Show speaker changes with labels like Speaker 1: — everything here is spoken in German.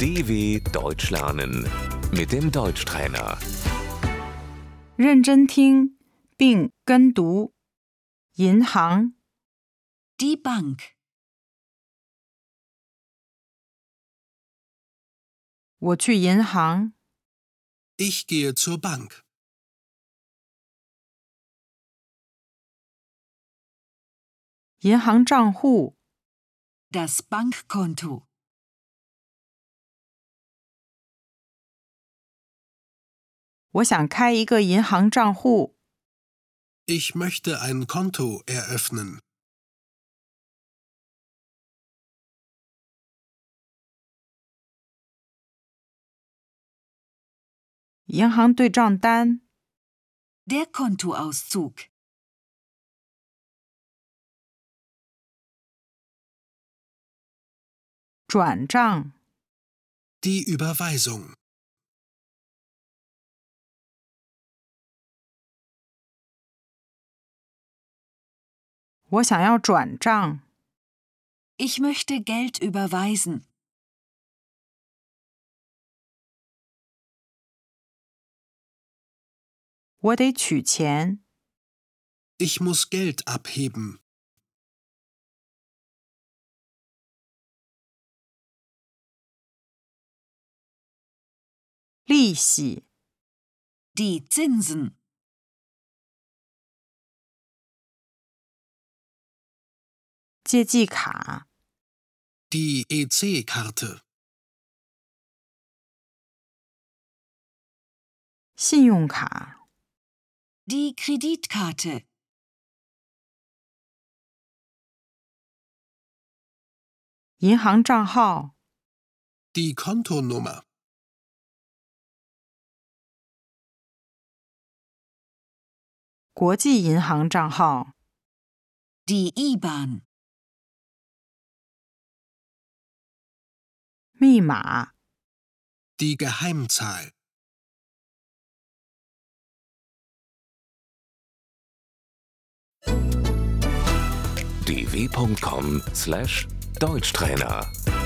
Speaker 1: DW Deutsch lernen mit dem Deutschtrainer.
Speaker 2: 认真听并跟读。银行、
Speaker 3: Die Bank.
Speaker 2: 我去银行。
Speaker 4: Ich gehe zur Bank.
Speaker 2: 银行账户、
Speaker 3: Das Bankkonto.
Speaker 2: 我想开一个银行账户。
Speaker 4: Ich möchte ein Konto eröffnen.
Speaker 2: 银行对账单、
Speaker 3: Der Kontoauszug.
Speaker 2: 转账、
Speaker 4: Die Überweisung.
Speaker 2: 我想要转账、
Speaker 3: Ich möchte Geld überweisen.
Speaker 2: 我得取钱。
Speaker 4: Ich muss Geld abheben.
Speaker 2: 利息、
Speaker 3: Die Zinsen.
Speaker 2: 借记卡、
Speaker 4: Die E EC-Karte.
Speaker 2: 信用卡、
Speaker 3: Die Kreditkarte.
Speaker 2: 银行账号、
Speaker 4: Die Kontonummer.
Speaker 2: 国际银行账号、
Speaker 3: Die IBAN.
Speaker 2: 密码。
Speaker 4: Die Geheimzahl.
Speaker 1: dw.com/deutschtrainer